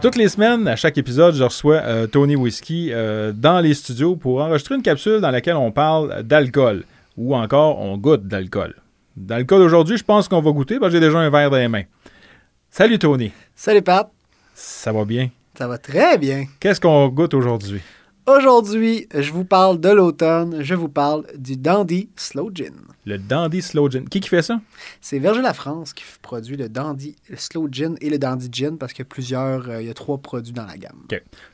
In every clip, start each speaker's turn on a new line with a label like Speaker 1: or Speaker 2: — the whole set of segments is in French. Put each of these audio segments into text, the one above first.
Speaker 1: toutes les semaines, à chaque épisode, je reçois euh, Tony Whiskey euh, dans les studios pour enregistrer une capsule dans laquelle on parle d'alcool ou encore on goûte d'alcool. D'alcool aujourd'hui, je pense qu'on va goûter parce que j'ai déjà un verre dans les mains. Salut Tony,
Speaker 2: Salut Pat,
Speaker 1: ça va bien?
Speaker 2: ça va très bien.
Speaker 1: Qu'est-ce qu'on goûte aujourd'hui?
Speaker 2: Aujourd'hui, je vous parle de l'automne, je vous parle du Dandy Slow Gin.
Speaker 1: Le Dandy Slow Gin. Qui qui fait ça?
Speaker 2: C'est Verger La France qui produit le Dandy Slow Gin et le Dandy Gin parce qu'il y a plusieurs, euh, il y a trois produits dans la gamme.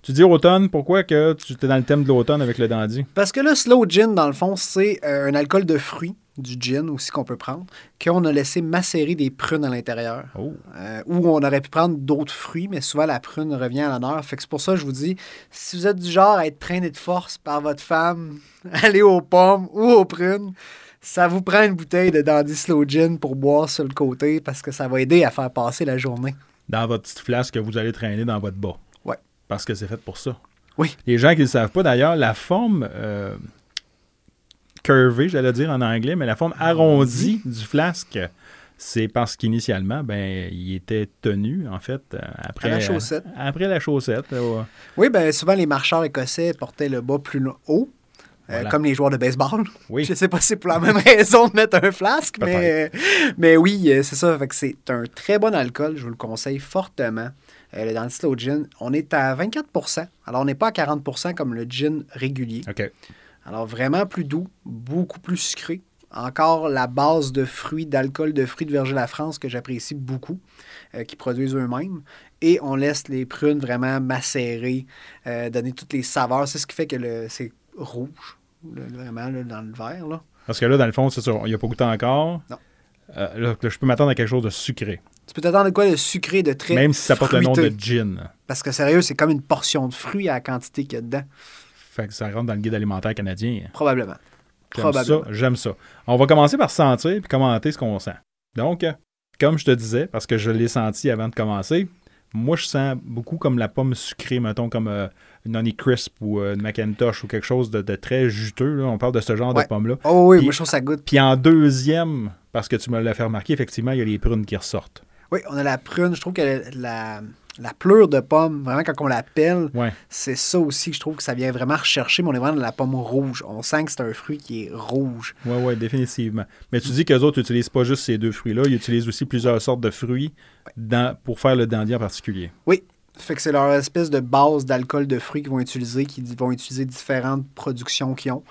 Speaker 1: Tu dis automne, pourquoi que tu es dans le thème de l'automne avec le dandy?
Speaker 2: Parce que le Slow Gin, dans le fond, c'est euh, un alcool de fruits, du gin aussi qu'on peut prendre, qu'on a laissé macérer des prunes à l'intérieur.
Speaker 1: Oh.
Speaker 2: Euh, ou on aurait pu prendre d'autres fruits, mais souvent la prune revient à l'honneur. Fait que c'est pour ça que je vous dis, si vous êtes du genre à être traîné de force par votre femme, allez aux pommes ou aux prunes, ça vous prend une bouteille de Dandy Slow Gin pour boire sur le côté parce que ça va aider à faire passer la journée.
Speaker 1: Dans votre petite flasque que vous allez traîner dans votre bas.
Speaker 2: Ouais.
Speaker 1: Parce que c'est fait pour ça.
Speaker 2: Oui.
Speaker 1: Les gens qui ne le savent pas, d'ailleurs, la forme euh, curvée, j'allais dire en anglais, mais la forme arrondie du flasque, c'est parce qu'initialement, ben, il était tenu, en fait, euh, après
Speaker 2: À la chaussette.
Speaker 1: euh, après la chaussette. euh,
Speaker 2: Oui, ben souvent les marcheurs écossais portaient le bas plus lo- haut. euh,
Speaker 1: Voilà.
Speaker 2: Comme les joueurs de baseball.
Speaker 1: Oui.
Speaker 2: Je sais pas si c'est pour la même raison de mettre un flasque, mais, mais oui, euh, c'est ça. Fait que c'est un très bon alcool. Je vous le conseille fortement. Euh, le Dandy Slow Gin, on est à 24 Alors, on n'est pas à 40 comme le gin régulier.
Speaker 1: OK.
Speaker 2: Alors, vraiment plus doux, beaucoup plus sucré. Encore la base de fruits, d'alcool de fruits de Verger la France que j'apprécie beaucoup, euh, qui produisent eux-mêmes. Et on laisse les prunes vraiment macérer, euh, donner toutes les saveurs. C'est ce qui fait que le, c'est rouge, le- vraiment, là, dans le verre. Là.
Speaker 1: Parce que là, dans le fond, c'est sûr, il n'y a pas goûté encore.
Speaker 2: Non.
Speaker 1: Euh, là, là, je peux m'attendre à quelque chose de sucré,
Speaker 2: Tu peux t'attendre à quoi de sucré, de très
Speaker 1: même si ça porte le nom
Speaker 2: fruité.
Speaker 1: de gin.
Speaker 2: Parce que sérieux, c'est comme une portion de fruits à la quantité qu'il y a dedans.
Speaker 1: Fait que ça rentre dans le guide alimentaire canadien. J'aime
Speaker 2: Probablement.
Speaker 1: ça,
Speaker 2: Probablement.
Speaker 1: j'aime ça. On va commencer par sentir puis commenter ce qu'on sent. Donc, euh, comme je te disais, parce que je l'ai senti avant de commencer, moi, je sens beaucoup comme la pomme sucrée, mettons, comme euh, une Honey Crisp ou euh, une Macintosh ou quelque chose de, de très juteux. là. On parle de ce genre de
Speaker 2: Ouais.
Speaker 1: pomme-là.
Speaker 2: Oh oui,
Speaker 1: Puis-
Speaker 2: moi je trouve ça goûte.
Speaker 1: Puis en deuxième, parce que tu me l'as fait remarquer, effectivement, il y a les prunes qui ressortent.
Speaker 2: Oui, on a la prune. Je trouve que la, la pleure de pomme, vraiment quand on l'appelle,
Speaker 1: Ouais.
Speaker 2: C'est ça aussi que je trouve que ça vient vraiment rechercher, mais on est vraiment dans la pomme rouge. On sent que c'est un fruit qui est rouge.
Speaker 1: Oui, oui, définitivement. Mais tu dis qu'eux autres n'utilisent pas juste ces deux fruits-là, ils utilisent aussi plusieurs sortes de fruits dans- pour faire le dandy en particulier.
Speaker 2: Oui, fait que c'est leur espèce de base d'alcool de fruits qu'ils vont utiliser, qu'ils vont utiliser différentes productions qu'ils ont,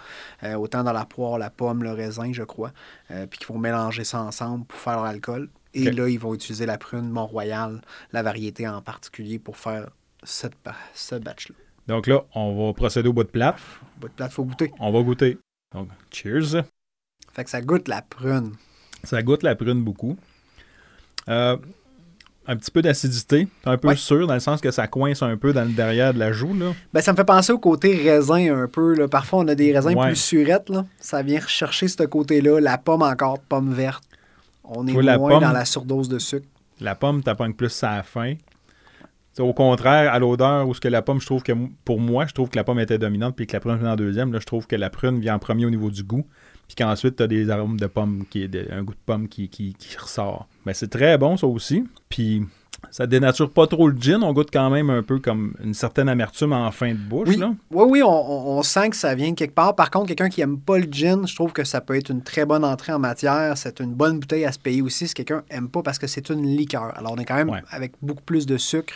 Speaker 2: euh, autant dans la poire, la pomme, le raisin, je crois, euh, puis qu'ils vont mélanger ça ensemble pour faire leur alcool. Et
Speaker 1: Ok.
Speaker 2: là, ils vont utiliser la prune Mont-Royal, la variété en particulier, pour faire cette, pa- ce batch-là.
Speaker 1: Donc là, on va procéder au bout de plate.
Speaker 2: Votre plate, faut goûter.
Speaker 1: On va goûter. Donc, cheers.
Speaker 2: Fait que ça goûte la prune.
Speaker 1: Ça goûte la prune beaucoup. Euh, un petit peu d'acidité. T'es un peu
Speaker 2: Ouais.
Speaker 1: sûr, dans le sens que ça coince un peu dans le derrière de la joue. Là.
Speaker 2: Ben, ça me fait penser au côté raisin un peu. Là. Parfois, on a des raisins
Speaker 1: Ouais.
Speaker 2: plus surettes. Là. Ça vient rechercher ce côté-là. La pomme encore, pomme verte. On est
Speaker 1: Toi, la
Speaker 2: moins
Speaker 1: pomme-
Speaker 2: dans la surdose de sucre.
Speaker 1: La pomme t'appogne plus à la fin. C'est au contraire, à l'odeur, où ce que la pomme, je trouve que m- pour moi, je trouve que la pomme était dominante, puis que la prune vient en deuxième. Là, je trouve que la prune vient en premier au niveau du goût, puis qu'ensuite, tu as des arômes de pomme, qui est de- un goût de pomme qui, qui, qui ressort. Mais c'est très bon, ça aussi. Puis ça dénature pas trop le gin. On goûte quand même un peu comme une certaine amertume en fin de bouche.
Speaker 2: Oui,
Speaker 1: là.
Speaker 2: oui, oui on, on- on sent que ça vient de quelque part. Par contre, quelqu'un qui aime pas le gin, je trouve que ça peut être une très bonne entrée en matière. C'est une bonne bouteille à se payer aussi si quelqu'un aime pas parce que c'est une liqueur. Alors, on est quand même
Speaker 1: Ouais.
Speaker 2: avec beaucoup plus de sucre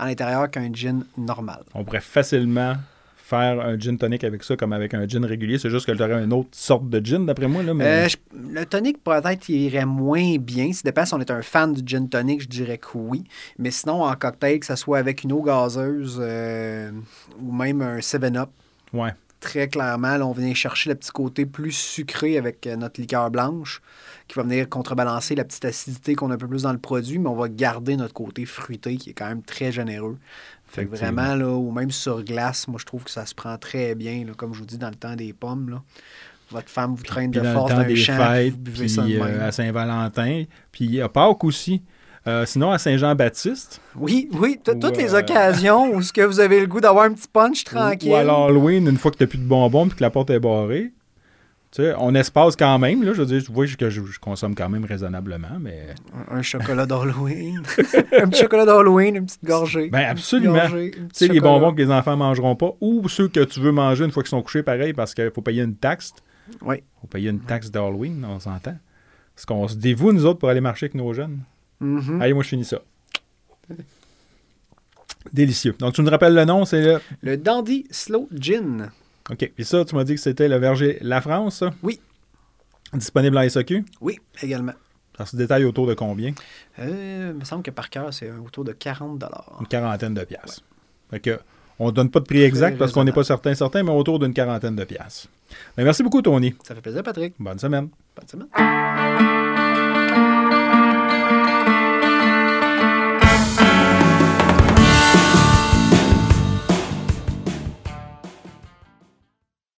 Speaker 2: à l'intérieur qu'un gin normal.
Speaker 1: On pourrait facilement faire un gin tonic avec ça, comme avec un gin régulier. C'est juste que j'aurais une autre sorte de gin, d'après moi. Là, mais
Speaker 2: Euh, je- le tonic, peut-être, il irait moins bien. Ça dépend si on est un fan du gin tonic, je dirais que oui. Mais sinon, en cocktail, que ce soit avec une eau gazeuse euh, ou même un 7-Up,
Speaker 1: ouais.
Speaker 2: très clairement, là, on vient chercher le petit côté plus sucré avec euh, notre liqueur blanche qui va venir contrebalancer la petite acidité qu'on a un peu plus dans le produit, mais on va garder notre côté fruité qui est quand même très généreux. Fait que
Speaker 1: Effectivement.
Speaker 2: vraiment, là, ou même sur glace, moi, je trouve que ça se prend très bien, là, comme je vous dis, dans le temps des pommes. Là. Votre femme vous traîne
Speaker 1: Puis
Speaker 2: de
Speaker 1: dans
Speaker 2: force
Speaker 1: le temps
Speaker 2: d'un
Speaker 1: des
Speaker 2: champ, puis
Speaker 1: fêtes,
Speaker 2: vous buvez
Speaker 1: puis
Speaker 2: ça de
Speaker 1: euh,
Speaker 2: même.
Speaker 1: à Saint-Valentin, puis à Pâques aussi. Euh, sinon, à Saint-Jean-Baptiste.
Speaker 2: Oui, oui, t-
Speaker 1: Ou,
Speaker 2: toutes les
Speaker 1: euh,
Speaker 2: occasions où ce que vous avez le goût d'avoir un petit punch tranquille.
Speaker 1: Ou à l'Halloween, une fois que t'as plus de bonbons puis que la porte est barrée. Tu sais, on espace quand même. Là, je veux dire, je vois que je, je consomme quand même raisonnablement, mais.
Speaker 2: Un, un chocolat d'Halloween. un petit chocolat d'Halloween, une petite gorgée.
Speaker 1: Ben,
Speaker 2: une petite
Speaker 1: absolument.
Speaker 2: gorgée, un
Speaker 1: Tu
Speaker 2: petit
Speaker 1: sais, les
Speaker 2: chocolat.
Speaker 1: bonbons que les enfants mangeront pas, ou ceux que tu veux manger une fois qu'ils sont couchés, pareil, parce qu'il faut payer une taxe.
Speaker 2: Oui.
Speaker 1: faut payer une taxe d'Halloween, on s'entend. Parce qu'on se dévoue, nous autres, pour aller marcher avec nos jeunes.
Speaker 2: Mhm.
Speaker 1: Allez, moi, je finis ça. Délicieux. Donc, tu me rappelles le nom, c'est le.
Speaker 2: Le Dandy Slow Gin.
Speaker 1: OK. Puis ça, tu m'as dit que c'était le verger La France, ça?
Speaker 2: Oui.
Speaker 1: Disponible en SAQ.
Speaker 2: Oui, également.
Speaker 1: Ça se détaille autour de combien?
Speaker 2: Euh, il me semble que par cœur, c'est autour de 40 dollars.
Speaker 1: Une quarantaine de piastres. Fait que, on donne pas de prix exact parce qu'on n'est pas certain, certain, mais autour d'une quarantaine de piastres. Ben, merci beaucoup, Tony.
Speaker 2: Ça fait plaisir, Patrick.
Speaker 1: Bonne semaine.
Speaker 2: Bonne semaine.